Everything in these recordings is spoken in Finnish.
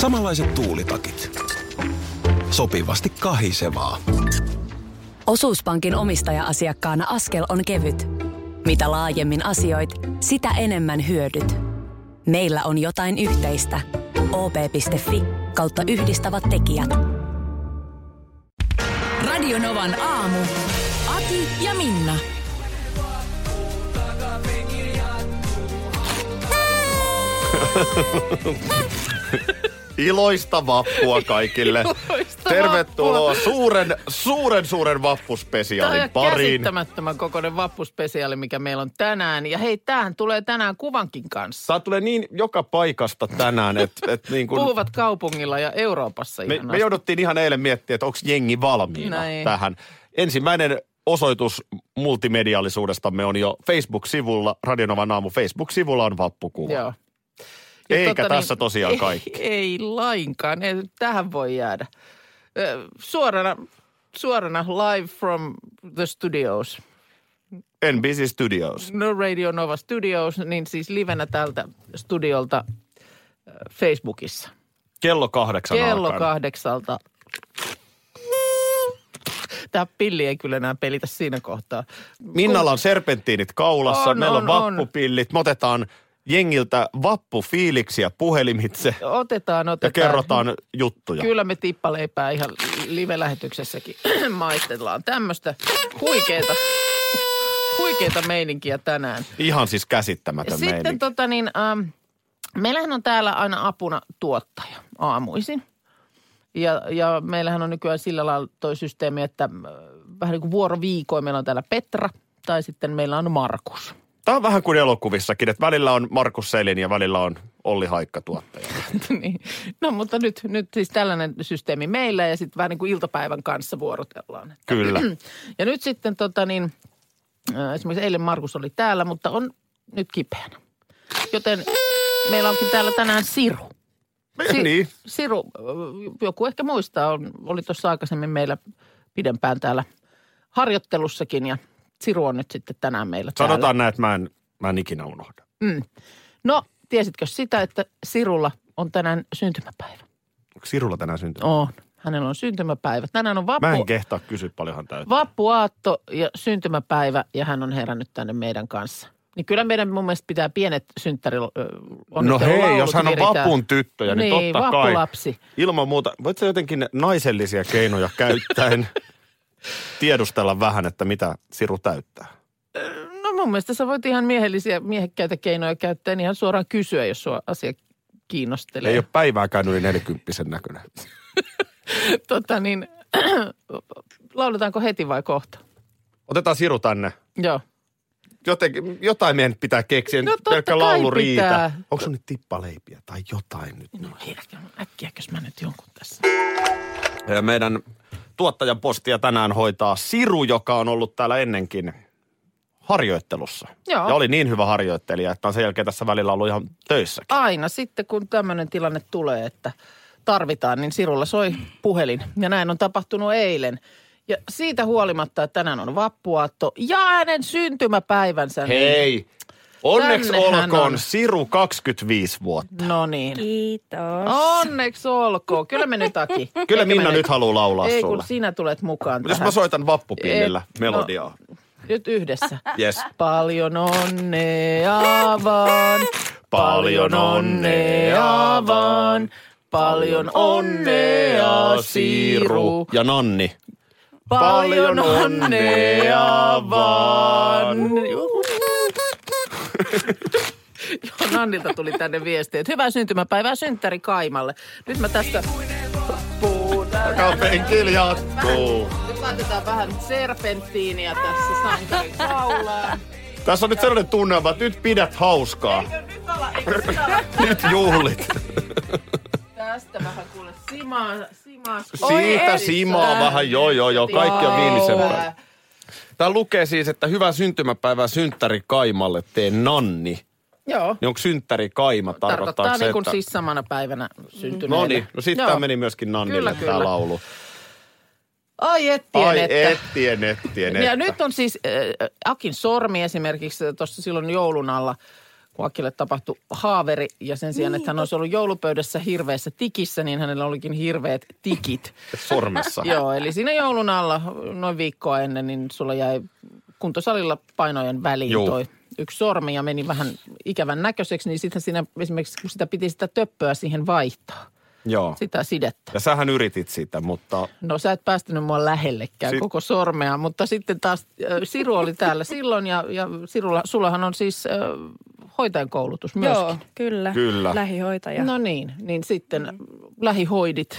Samanlaiset tuulitakit. Sopivasti kahisevaa. Osuuspankin omistaja-asiakkaana askel on kevyt. Mitä laajemmin asioit, sitä enemmän hyödyt. Meillä on jotain yhteistä. op.fi kautta yhdistävät tekijät. Radionovan aamu. Aki ja Minna. Iloista vappua kaikille. Iloista Tervetuloa suuren, suuren, suuren Tämä on vappuspesiaalin ihan pariin. käsittämättömän kokoinen vappuspesiaali, mikä meillä on tänään. Ja hei, tämähän tulee tänään kuvankin kanssa. Tää tulee niin joka paikasta tänään, että et niin kuin... Puhuvat kaupungilla ja Euroopassa Me, ihan me jouduttiin ihan eilen miettimään, että onko jengi valmiina Näin. tähän. Ensimmäinen osoitus multimediaalisuudestamme on jo Facebook-sivulla, Radionovan aamu Facebook-sivulla on vappukuva. Joo. Ja Eikä totta tässä tosiaan ei, kaikki. Ei lainkaan, ei, tähän voi jäädä. Ö, Suorana, suorana live from the studios. NBC Studios. No Radio Nova Studios, niin siis livenä tältä studiolta ö, Facebookissa. Kello kahdeksan Kello alkaen. kahdeksalta. Tämä pilli ei kyllä enää pelitä siinä kohtaa. Minnalla on serpenttiinit kaulassa, On, meillä on, on, vappupillit. Me otetaan jengiltä vappufiiliksiä puhelimitse Kun Otetaan, ja otetaan. kerrotaan juttuja. Kyllä me tippaleipää ihan live-lähetyksessäkin maistellaan. Tämmöistä huikeeta, huikeeta meininkiä tänään. Ihan siis käsittämätön Sitten meininki. tota niin, ähm, meillähän on täällä aina apuna tuottaja aamuisin. Ja, ja meillähän on nykyään sillä lailla toi systeemi, että äh, vähän niin kuin vuoroviikoin meillä on täällä Petra tai sitten meillä on Markus. Tämä on vähän kuin elokuvissakin, että välillä on Markus Selin ja välillä on Olli Haikka tuottaja. niin. No mutta nyt, nyt siis tällainen systeemi meillä ja sitten vähän niin kuin iltapäivän kanssa vuorotellaan. Kyllä. Ja nyt sitten tota niin, äh, esimerkiksi eilen Markus oli täällä, mutta on nyt kipeänä. Joten meillä onkin täällä tänään Siru. Si- niin. Siru, äh, joku ehkä muistaa, on, oli tuossa aikaisemmin meillä pidempään täällä harjoittelussakin ja Siru on nyt sitten tänään meillä täällä. Sanotaan näin, että mä en, mä en ikinä unohda. No, tiesitkö sitä, että Sirulla on tänään syntymäpäivä? Onko Sirulla tänään syntynyt? On. Hänellä on syntymäpäivä. Tänään on vappu, Mä en kehtaa kysyä paljonhan täytyy. vappuaatto ja syntymäpäivä ja hän on herännyt tänne meidän kanssa. Niin kyllä meidän mun mielestä pitää pienet synttäri No hei, jos hän on vapun tyttöjä, niin, niin totta kai. vappulapsi. Ilman muuta, voit sä jotenkin naisellisia keinoja käyttäen tiedustella vähän, että mitä Siru täyttää? No mun mielestä sä voit ihan miehellisiä, miehekkäitä keinoja käyttää, niin ihan suoraan kysyä, jos sua asia kiinnostelee. Ei ole päivääkään yli 40 näköinen. Tota niin, lauletaanko heti vai kohta? Otetaan Siru tänne. Joo. Jotenkin, jotain meidän pitää keksiä, No no, totta pelkkä kai laulu pitää. riitä. Onko sun nyt tippaleipiä tai jotain nyt? No ehkä, äkkiäkös mä nyt jonkun tässä. Ja meidän tuottajan postia tänään hoitaa Siru, joka on ollut täällä ennenkin harjoittelussa. Joo. Ja oli niin hyvä harjoittelija, että on sen jälkeen tässä välillä ollut ihan töissäkin. aina sitten, kun tämmöinen tilanne tulee, että tarvitaan, niin Sirulla soi puhelin. Ja näin on tapahtunut eilen. Ja siitä huolimatta, että tänään on vappuaatto ja hänen syntymäpäivänsä. niin Hei! Onneksi Tännehän olkoon on. Siru 25 vuotta. Niin, no niin. Kiitos. Onneksi olkoon. Kyllä me nyt, Aki. Kyllä Eikö Minna me nyt haluaa laulaa Ei, sulle. kun sinä tulet mukaan Jos tähän. mä soitan vappupillillä Et- no. melodiaa. Nyt yhdessä. Yes. Paljon onnea vaan, paljon onnea vaan, paljon onnea Siiru. Ja Nanni. Paljon onnea vaan. Joo, Nannilta tuli tänne viesti, että hyvää syntymäpäivää synttäri Kaimalle. Nyt mä tästä Takapenkillä jatkuu. nyt laitetaan vähän serpenttiiniä tässä sankarin kaulaan. Tässä on nyt sellainen tunnelma, että nyt pidät hauskaa. Nyt olla, eikö sitä olla? Nyt juhlit. Tästä vähän kuule simaa, simaa. Siitä simaa vähän, joo joo joo, kaikki on viilisempää. Tää lukee siis, että hyvää syntymäpäivää synttäri Kaimalle tee Nanni. Joo. Niin onko synttäri Kaima Tarkoittaa tarkoittaa se, niin kuin että... siis samana päivänä syntyneelle. No niin, no sit tää Joo. meni myöskin Nannille Kyllä, tää kyllä. laulu. Ai et Ai tiedä, että. ettien, ettien, Ja nyt on siis äh, Akin sormi esimerkiksi tuossa silloin joulun alla, kun Akille tapahtui haaveri ja sen sijaan, että hän olisi ollut joulupöydässä hirveässä tikissä, niin hänellä olikin hirveät tikit. Sormessa. Joo, eli siinä joulun alla noin viikkoa ennen, niin sulla jäi kuntosalilla painojen väliin Joo. toi yksi sormi ja meni vähän ikävän näköiseksi, niin sitten siinä esimerkiksi, kun sitä piti sitä töppöä siihen vaihtaa, Joo. sitä sidettä. Ja sähän yritit sitä, mutta No sä et päästänyt mua lähellekään Sit- Sit... koko sormea, mutta sitten taas äh, Siru oli täällä silloin ja, ja Sirulla, sullahan on siis äh, hoitajan koulutus myöskin. Joo, kyllä. Kyllä. Lähihoitaja. No niin, niin sitten lähihoidit.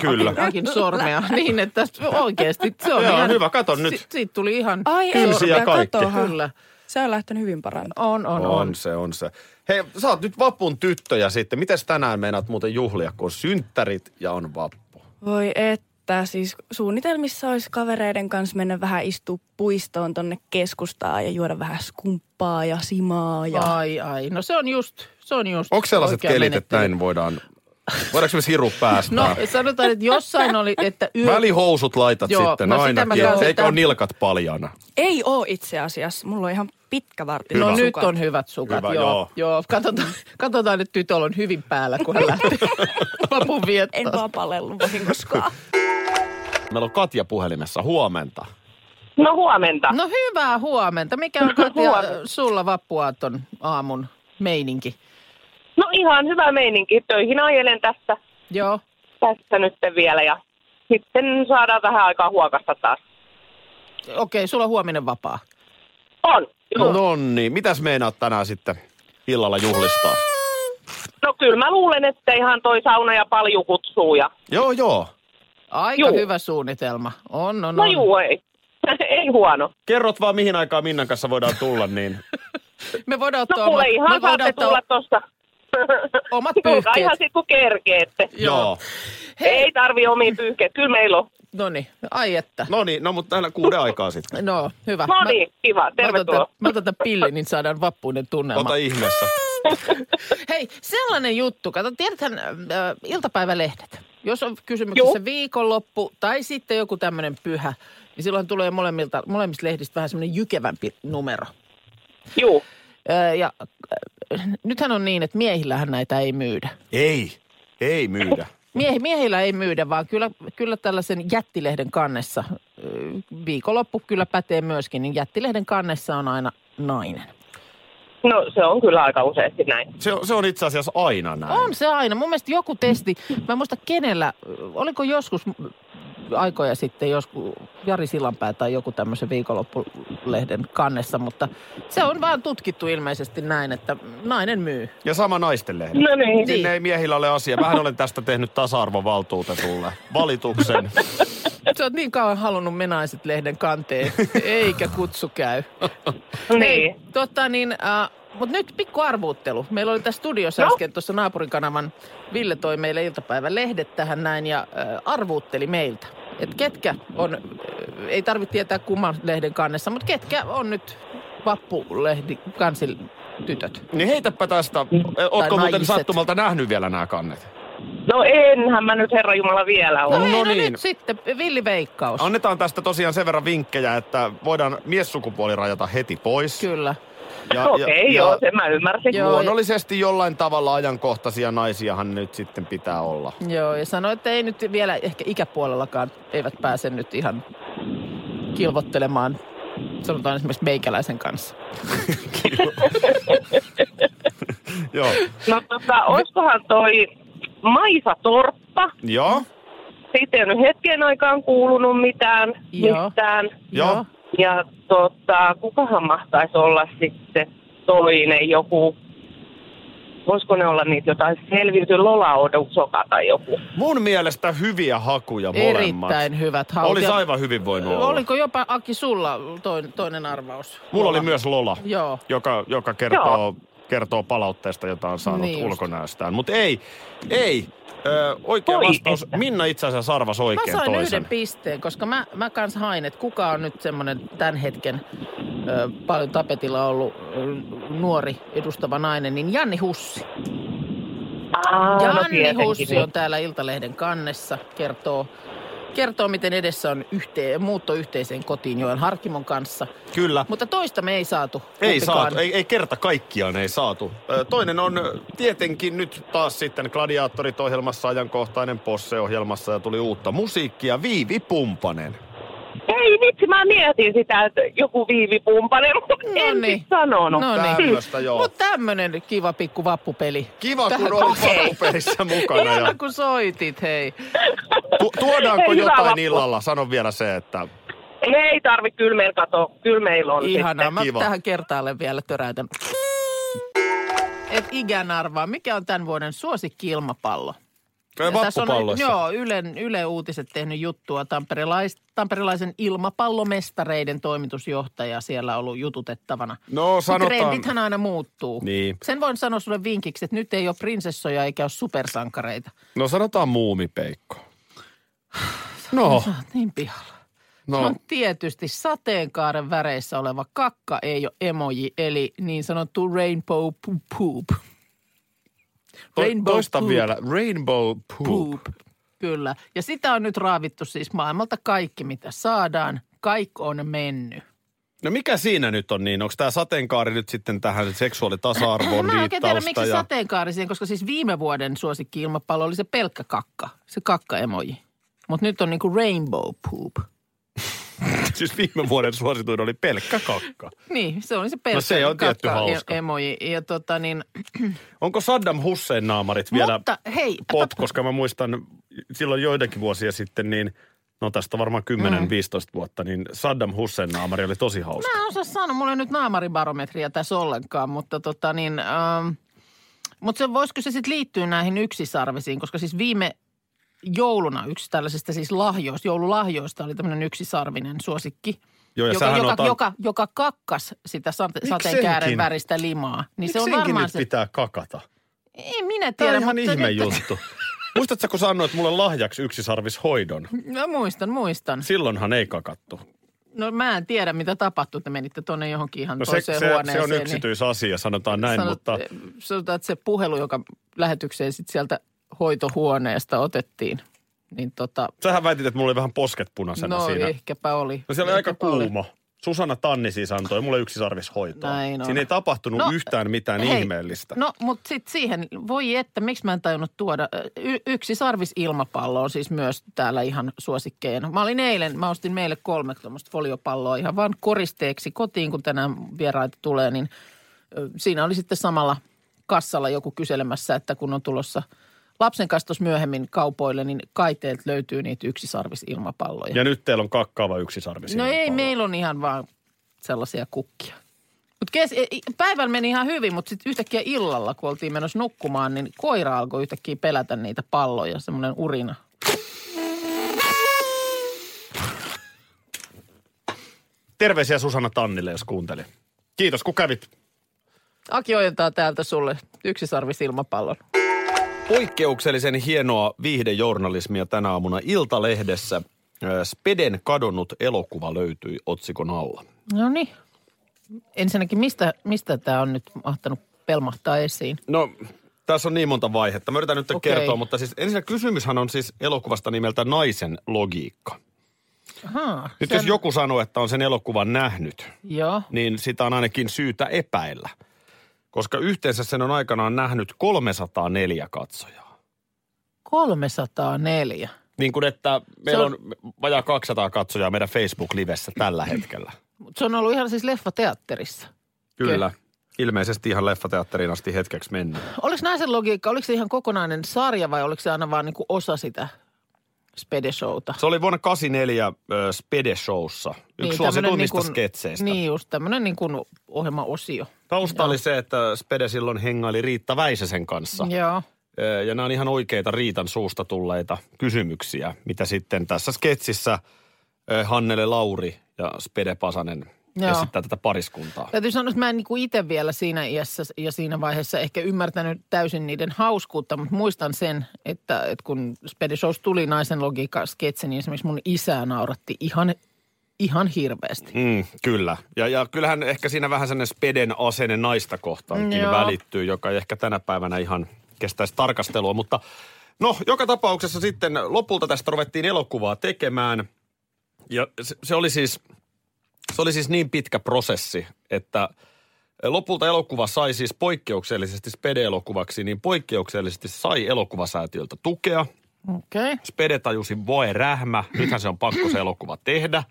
Kyllä. Akin, akin sormea niin, että oikeasti se on Joo, ihan, hyvä, kato nyt. Si, siitä tuli ihan, Ai Kynsiä ei, kaikki. katohan. Kyllä. Se on lähtenyt hyvin parantamaan. on, on, on. on se, on se. Hei, sä oot nyt vapun tyttöjä sitten. Mites tänään meinaat muuten juhlia, kun on synttärit ja on vappu? Voi että, siis suunnitelmissa olisi kavereiden kanssa mennä vähän istua puistoon tonne keskustaan ja juoda vähän skumppaa ja simaa ja... Ai, ai. No se on just, se on just Onko sellaiset oikea kelit, että menettely. näin voidaan... Voidaanko me siru päästää? No sanotaan, että jossain oli, että yö... Välihousut laitat Joo, sitten no sitä mä ainakin, käytän. eikä ole nilkat paljana. Ei oo itse asiassa. Mulla on ihan pitkä vartin. No Hyvä. nyt on hyvät sukat, Hyvä, joo. joo. joo. joo. Katsotaan, katsotaan, että tytöllä on hyvin päällä, kun hän lähtee vapun En viettoon. vaan palellut vahingoskaan. Meillä on Katja puhelimessa. Huomenta. No huomenta. No hyvää huomenta. Mikä on Katja Huomenta. sulla vappuaaton aamun meininki? No ihan hyvä meininki. Töihin ajelen tässä, Joo. tässä nyt vielä ja sitten saadaan vähän aikaa huokasta taas. Okei, sulla on huominen vapaa. On. Joo. No, No niin, mitäs meinaat tänään sitten illalla juhlistaa? no kyllä mä luulen, että ihan toi sauna ja palju kutsuu ja... Joo, joo. Aika Juu. hyvä suunnitelma. On, on, No, on. juu, ei. ei huono. Kerrot vaan, mihin aikaan Minnan kanssa voidaan tulla, niin... Me voidaan No ottaa kuule, omat- ihan me voidaan saatte ottaa tulla tuossa. omat Tulkaa pyyhkeet. ihan siis- sit kun kerkeette. joo. Hei. Ei tarvi omiin pyyhkeet. Kyllä meillä on. No niin, ai että. No niin, no mutta täällä kuuden aikaa sitten. No, hyvä. No Mä- niin, kiva. Mä Tervetuloa. otan, tän- mä otan tän pillin, niin saadaan vappuinen tunnelma. Ota ihmeessä. Hei, sellainen juttu. Kato, tiedäthän äh, iltapäivälehdet. Jos on kysymyksessä Juu. viikonloppu tai sitten joku tämmöinen pyhä, niin silloin tulee molemmilta, molemmista lehdistä vähän semmoinen jykevämpi numero. Juu. Ö, ja äh, nythän on niin, että miehillähän näitä ei myydä. Ei, ei myydä. Miehi, miehillä ei myydä, vaan kyllä, kyllä tällaisen jättilehden kannessa, ö, viikonloppu kyllä pätee myöskin, niin jättilehden kannessa on aina nainen. No se on kyllä aika useasti näin. Se, on- se on itse asiassa aina näin. On se aina. Mun mielestä joku testi, mä en muista kenellä, oliko joskus aikoja sitten, joskus Jari Sillanpää tai joku tämmöisen viikonloppulehden kannessa, mutta se on vaan tutkittu ilmeisesti näin, että nainen myy. Ja sama naisten lehdet. No niin. Sinne ei miehillä ole asia. Vähän olen tästä tehnyt tasa-arvovaltuutetulle valituksen. Sä oot niin kauan halunnut me naiset lehden kanteen, eikä kutsu käy. Niin. Totta niin, äh, mutta nyt pikku arvuuttelu. Meillä oli tässä studiossa No. äsken tuossa naapurin Ville toi meille iltapäivän lehdet tähän näin ja äh, arvuutteli meiltä. Et ketkä on, äh, ei tarvitse tietää kumman lehden kannessa, mutta ketkä on nyt vappulehdi kansil tytöt. Niin heitäpä tästä. Eh, Ootko muuten naiset. sattumalta nähnyt vielä nämä kannet? No enhän mä nyt Herra Jumala vielä No, ole. hei, no, niin. nyt sitten villiveikkaus. On. Annetaan tästä tosiaan sen verran vinkkejä, että voidaan miessukupuoli rajata heti pois. Kyllä. Ja- Okei, ja- no- ja joo, sen mä ymmärsin. Joo. Luonnollisesti jollain tavalla ajankohtaisia naisiahan nyt sitten pitää olla. Joo, ja sanoi, että ei nyt vielä ehkä ikäpuolellakaan, eivät pääse nyt ihan kilvottelemaan, sanotaan esimerkiksi meikäläisen kanssa. Joo. No tota, oiskohan toi Maisa Torppa? Joo. Siitä ei ole nyt hetken aikaan kuulunut mitään, Joo. mistään. Joo. Ja tota, kukahan mahtaisi olla sitten toinen joku, voisiko ne olla niitä jotain selviyty Lolaodusoka tai joku. Mun mielestä hyviä hakuja molemmat. Erittäin hyvät haut. Olisi Ja- aivan hyvin voinut olla. Oliko jopa, Aki, sulla toin, toinen arvaus? Mulla oli myös Lola, Joo. joka, joka kertoo, kertoo palautteesta, jota on saanut Niin niin just. ulkonäöstään. Mutta ei, ei. Ö, oikea Voi vastaus. että. Minna itse asiassa sarvas Mä oikein sain toisen. yhden pisteen, koska mä, mä kans hain, että kuka on nyt semmoinen tämän hetken ö, paljon tapetilla ollut ö, nuori edustava nainen, niin Janni Hussi. Aa, Janni tietenkin, Hussi niin. on täällä Iltalehden kannessa, kertoo kertoo, miten edessä on yhteen, muutto yhteiseen kotiin joen Harkimon kanssa. Kyllä. Mutta toista me ei saatu. Ei kumpikaan. saatu, ei, ei kerta kaikkiaan ei saatu. Ö, Toinen on ö, tietenkin nyt taas sitten Gladiaattorit ohjelmassa ajankohtainen Posse ohjelmassa ja tuli uutta musiikkia. Viivi Pumpanen. Ei vitsi, mä mietin sitä, että joku viivipumpale, mutta en niin. niin. sanonut. No niin. Tämmöstä joo. Mutta tämmönen kiva pikku vappupeli. Kiva kun olit Okei. vappupelissä mukana. Ihana Ja kun soitit, hei. tu- tuodaanko Hyvää jotain vappua. illalla? Sano vielä se, että Ei tarvi, kyllä meillä kato, kyllä meillä on Ihanaa, mä kiva. tähän kertaalle vielä töräytän. Et ikään arvaa, mikä on tämän vuoden suosikki ilmapallo? Ö, Ja tässä on, vappupalloissa. joo, Ylen, Yle Uutiset tehnyt juttua. Tamperelais, tamperelaisen ilmapallomestareiden toimitusjohtaja siellä ollut jututettavana. No Sanotaan. sanotaan. Trendithän aina muuttuu. Niin. Sen voin sanoa sulle vinkiksi, että nyt ei ole prinsessoja eikä ole supersankareita. No sanotaan muumipeikko. No, Sä oot niin pihalla. No. no. On tietysti sateenkaaren väreissä oleva kakka ei ole emoji, eli niin sanottu rainbow poop. poop. To- toista vielä. Rainbow poop. poop. Kyllä. Ja sitä on nyt raavittu siis maailmalta kaikki, mitä saadaan. Kaikki on mennyt. No mikä siinä nyt on niin? Onko tämä sateenkaari nyt sitten tähän seksuaalitasa-arvoon Mä en oikein tiedä, viittausta? miksi Ja... sateenkaari siihen, koska siis viime vuoden suosikki ilmapallo oli se pelkkä kakka, se kakka-emoji. Mutta nyt on niinku rainbow poop. Siis viime vuoden suosituin oli pelkkä kakka. Niin, se on se pelkkä No se on tietty hauska. kakka-emoji. Ja tota niin, Onko Saddam Hussein naamarit vielä mutta hei, pop? Koska mä muistan silloin joidenkin vuosia sitten, niin no tästä varmaan 10-15 Mm. vuotta, niin Saddam Hussein naamari oli tosi hauska. Mä en osaa sanoa, mulla ei nyt naamaribarometriä tässä ollenkaan, mutta tota niin, ähm, mutta se, voisiko se sitten liittyä näihin yksisarvisiin, koska siis viime jouluna yksi tällaisista siis lahjoista, joululahjoista oli tämmöinen yksisarvinen suosikki, Joo, ja joka, sähän joka, otan- joka, joka kakkas sitä sate- sateenkäären senkin? väristä limaa. Niin se on Miksi senkin varmaan nyt se, pitää kakata? ei minä Tämä tiedä, on ihan mutta ihme nyt- juttu. Muistatko, kun sä annoit mulle lahjaksi yksisarvishoidon? No muistan, muistan. Silloinhan ei kakattu. No mä en tiedä, mitä tapahtui, että menitte tuonne johonkin ihan No se, se, toiseen se huoneeseen. niin on yksityisasia, sanotaan näin, Sanot- eh, mutta... Sanotaan, että se puhelu, joka lähetykseen sitten sieltä hoitohuoneesta otettiin, niin tota, Sähän väitit, että mulla oli vähän posket punaisena no siinä. ehkäpä oli. No siellä oli aika Ehkäpä oli. kuuma. Susanna Tanni siis antoi mulle yksisarvishoitoa. Näin on. Siinä ei tapahtunut No, yhtään mitään hei, ihmeellistä. No, mutta sitten siihen, voi että, miksi mä en tajunnut tuoda. Y- yksi sarvisilmapallo on siis myös täällä ihan suosikkeena. Mä olin eilen, mä ostin meille kolme tuommoista foliopalloa ihan vaan koristeeksi kotiin, kun tänään vieraita tulee, niin ö, siinä oli sitten samalla kassalla joku kyselemässä, että kun on tulossa lapsen kanssa tuossa myöhemmin kaupoille, niin kaiteet löytyy niitä yksisarvisilmapalloja. Ja nyt teillä on kakkaava yksisarvis. No ei, meillä on ihan vaan sellaisia kukkia. Mut kes, e- i- päivällä meni ihan hyvin, mutta sitten yhtäkkiä illalla, kun oltiin menossa nukkumaan, niin koira alkoi yhtäkkiä pelätä niitä palloja, semmoinen urina. Terveisiä Susanna Tannille, jos kuunteli. Kiitos, kun kävit. Aki ojentaa täältä sulle yksisarvisilmapallon. Poikkeuksellisen hienoa viihdejournalismia tänä aamuna Iltalehdessä. Ö, Speden kadonnut elokuva löytyi otsikon alla. No niin. Ensinnäkin, mistä, mistä tämä on nyt mahtanut pelmahtaa esiin? No, tässä on niin monta vaihetta. Mä yritän nyt Okei. kertoa, mutta siis ensin kysymyshän on siis elokuvasta nimeltä Naisen logiikka. Ahaa, Nyt sen- jos joku sanoo, että on sen elokuvan nähnyt, Joo. niin sitä on ainakin syytä epäillä. Koska yhteensä sen on aikanaan nähnyt 304 katsojaa. 304. Niin kuin että meillä on- on... on vajaa 200 katsojaa meidän Facebook-livessä tällä hetkellä. Mut se on ollut ihan siis leffateatterissa. Kyllä. Ilmeisesti ihan leffateatteriin asti hetkeksi mennyt. Oliko naisen logiikka, oliko se ihan kokonainen sarja vai oliko se aina vaan niinku osa sitä spedeshowta? Se oli vuonna 84 ö, Spede-showssa. Yksi niin, tämmönen suosituimmista niin niin kuin- sketseistä. Niin just, tämmöinen niin kuin ohjelmaosio. Tausta oli se, että Spede silloin hengaili Riitta Väisäsen kanssa. Joo. Ö, Ja nämä on ihan oikeita Riitan suusta tulleita kysymyksiä, mitä sitten tässä sketsissä ö, Hannele Lauri ja Spede Pasanen Joo. esittää tätä pariskuntaa. Täytyy sanoa, että mä en niinku itse vielä siinä iässä ja siinä vaiheessa ehkä ymmärtänyt täysin niiden hauskuutta, mutta muistan sen, että, että kun Spede Shows tuli naisen logiikka sketsi, niin esimerkiksi mun isää nauratti ihan, ihan hirveästi. Mm, kyllä. Ja, ja kyllähän ehkä siinä vähän sellainen Speden asenne naista kohtaankin Joo. välittyy, joka ei ehkä tänä päivänä ihan kestäisi tarkastelua, mutta No, joka tapauksessa sitten lopulta tästä ruvettiin elokuvaa tekemään. Ja se, se, oli, siis, se oli siis niin pitkä prosessi, että lopulta elokuva sai siis poikkeuksellisesti spede-elokuvaksi, niin poikkeuksellisesti sai elokuvasäätiöltä tukea. Okei. Okay. Spede tajusi voi rähmä, nythän se on pakko se elokuva tehdä.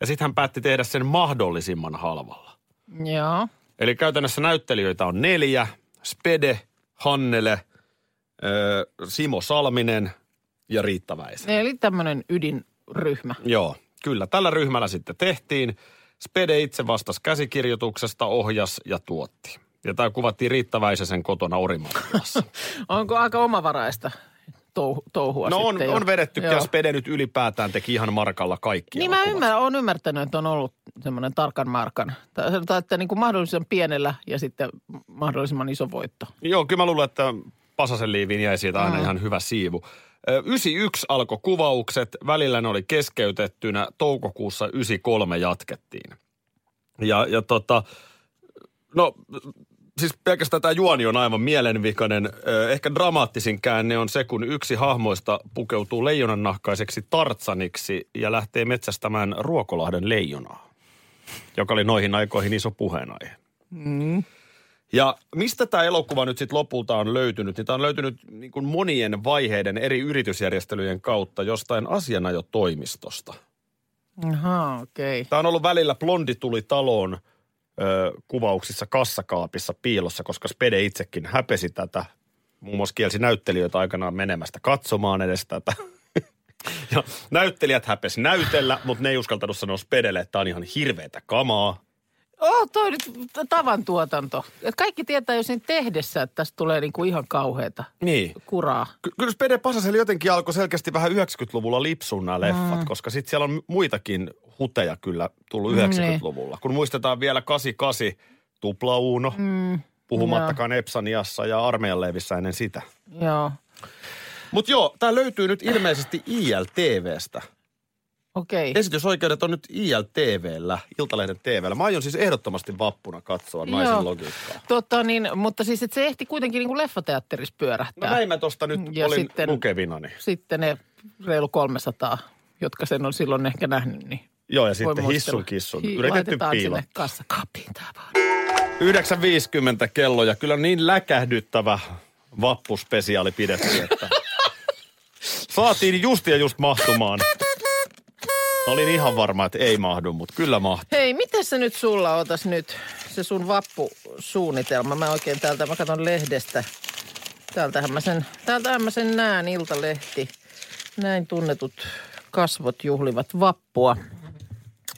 Ja sitten hän päätti tehdä sen mahdollisimman halvalla. Joo. Eli käytännössä näyttelijöitä on neljä. Spede, Hannele, ö, Simo Salminen ja Riitta Väisä. Eli tämmöinen ydinryhmä. Joo, kyllä. Tällä ryhmällä sitten tehtiin. Spede itse vastasi käsikirjoituksesta, ohjas ja tuotti. Ja tämä kuvattiin Riitta Väisäsen kotona No Orimattilassa. Onko aika omavaraista touhu- touhua no on, sitten jo? on vedetty ja Joo. Spede nyt ylipäätään teki ihan markalla kaikki Niin mä elokuvat. ymmärrän, olen ymmärtänyt, että on ollut semmoinen tarkan markan. Tai sanotaan, että niin kuin mahdollisimman pienellä ja sitten mahdollisimman iso voitto. Joo, kyllä mä luulen, että Pasasen liiviin jäi siitä aina ihan hyvä siivu. Ö, 91 alkoi kuvaukset, välillä ne oli keskeytettynä, toukokuussa 93 jatkettiin. Ja, ja tota, no siis pelkästään tämä juoni on aivan mielenvikainen. Ö, Ehkä dramaattisin käänne on se, kun yksi hahmoista pukeutuu leijonannahkaiseksi tartsaniksi ja lähtee metsästämään Ruokolahden leijonaa, joka oli noihin aikoihin iso puheenaihe. Ja mistä tämä elokuva nyt sitten lopulta on löytynyt? Niin tämä on löytynyt niin kuin monien vaiheiden eri yritysjärjestelyjen kautta jostain asianajotoimistosta. Aha, okei. Okay. Tämä on ollut välillä Blondi tuli taloon ö, kuvauksissa kassakaapissa piilossa, koska Spede itsekin häpesi tätä. Muun muassa kielsi näyttelijöitä aikanaan menemästä katsomaan edes tätä. ja näyttelijät häpesi näytellä, mutta ne ei uskaltanut sanoa Spedelle, että tämä on ihan hirveätä kamaa. Oh, toi nyt t- tavan tuotanto. Et kaikki tietää jo sen tehdessä, että tästä tulee niin kuin ihan kauheata Niin. kuraa. Ky- Kyllä Spede Pasasella jotenkin alkoi selkeästi vähän 90-luvulla lipsun nämä leffat, mm. koska sitten siellä on muitakin huteja kyllä tullut Mm, 90-luvulla. Kun muistetaan vielä 88 tuplauuno, mm. puhumattakaan Epsaniassa ja armeijan leivissä ennen sitä. Joo, Mutta joo, tämä löytyy nyt ilmeisesti ILTVstä. okei. Okay. Esitysoikeudet on nyt ILTVllä, Iltalehden TVllä. Mä aion siis ehdottomasti vappuna katsoa naisen Joo. logiikkaa. Tota niin, mutta siis että se ehti kuitenkin niin kuin leffateatterissa No pyörähtää. näin mä tosta nyt Ja olin sitten- lukevinani. Sitten ne reilu 300, jotka sen on silloin ehkä nähnyt, niin Joo, ja voi sitten muistella. hissun kissun. Hi- Yritetty laitetaan piilottaa. sinne kassakaappiin tämä vaan. 9.50 kello ja kyllä niin läkähdyttävä vappuspesiaali pidettiin, että saatiin just ja just mahtumaan. Mä olin ihan varma, että ei mahdu, mutta kyllä mahtuu. Hei, miten se nyt sulla otas nyt, se sun vappusuunnitelma? Mä oikein täältä, mä katson lehdestä. Täältähän mä sen, täältähän mä sen näen, Iltalehti. Näin tunnetut kasvot juhlivat vappua.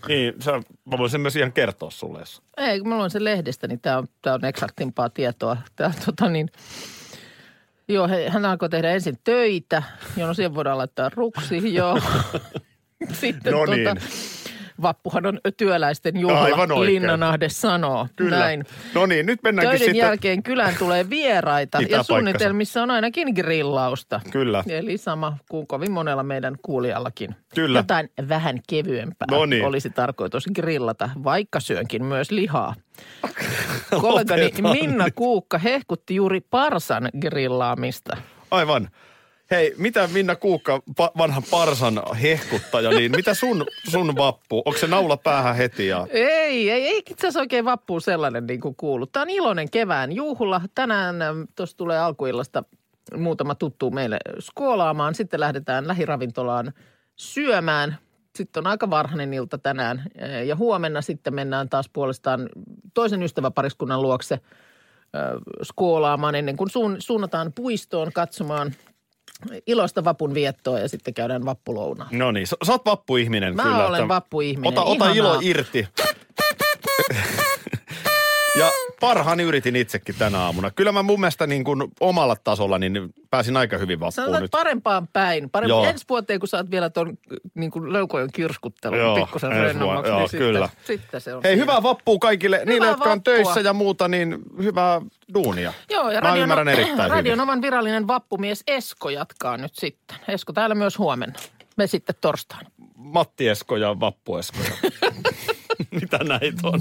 Niin, sä, mä voisin myös ihan kertoa sulle. jos- Ei, kun mä luen sen lehdestä, niin tää on, tää on eksaktimpaa tietoa. Tää, on tota niin, joo, he, hän alkoi tehdä ensin töitä. Joo, no siihen voidaan laittaa ruksi, joo. Sitten No tuota, niin. Vappuhan on työläisten juhla, Aivan oikein. Linnanahde sanoo. Näin. No niin, nyt mennäänkin Töiden sitten. jälkeen kylään tulee vieraita Pitää ja suunnitelmissa on ainakin grillausta. Kyllä. Eli sama kuin kovin monella meidän kuulijallakin. Kyllä. Jotain vähän kevyempää No niin. olisi tarkoitus grillata, vaikka syönkin myös lihaa. Kollegani Minna Kuukka hehkutti juuri parsan grillaamista. Aivan. Hei, mitä Minna Kuukka, pa- vanhan parsan hehkuttaja, niin mitä sun, sun vappu? Onko se naula päähän heti ja Ei, ei, ei itse asiassa oikein vappuun sellainen niin kuin kuuluu. Tämä on iloinen kevään juhla. Tänään äm, tuossa tulee alkuillasta muutama tuttu meille skoolaamaan. Sitten lähdetään lähiravintolaan syömään. Sitten on aika varhainen ilta tänään Ee, ja huomenna sitten mennään taas puolestaan toisen ystäväpariskunnan luokse ö, skoolaamaan ennen kuin suun- suunnataan puistoon katsomaan iloista vapun viettoa ja sitten käydään vappulounaan. No niin, sä, sä oot vappuihminen Mä kyllä. olen vappuihminen, Ota, ota ihanaa. ilo irti. ja parhaani yritin itsekin tänä aamuna. Kyllä mä mun mielestä niin kuin omalla tasolla niin pääsin aika hyvin vappuun Sanotaan nyt. nyt. parempaan päin. Parempi Joo. ensi vuoteen, kun saat vielä ton niin kuin leukojen kirskuttelun Joo, pikkusen ensi vuonna, rennommaksi. joo, niin sitten, kyllä. Sitten se on Hei, siinä. hyvää vappua kaikille. Niille, jotka on vappua. töissä ja muuta, niin hyvää duunia. Joo, ja mä radion, ymmärrän erittäin hyvin. Radionovan virallinen vappumies Esko jatkaa nyt sitten. Esko täällä myös huomenna. Me sitten torstaina. Matti Esko ja Vappu Esko. Mitä näitä on?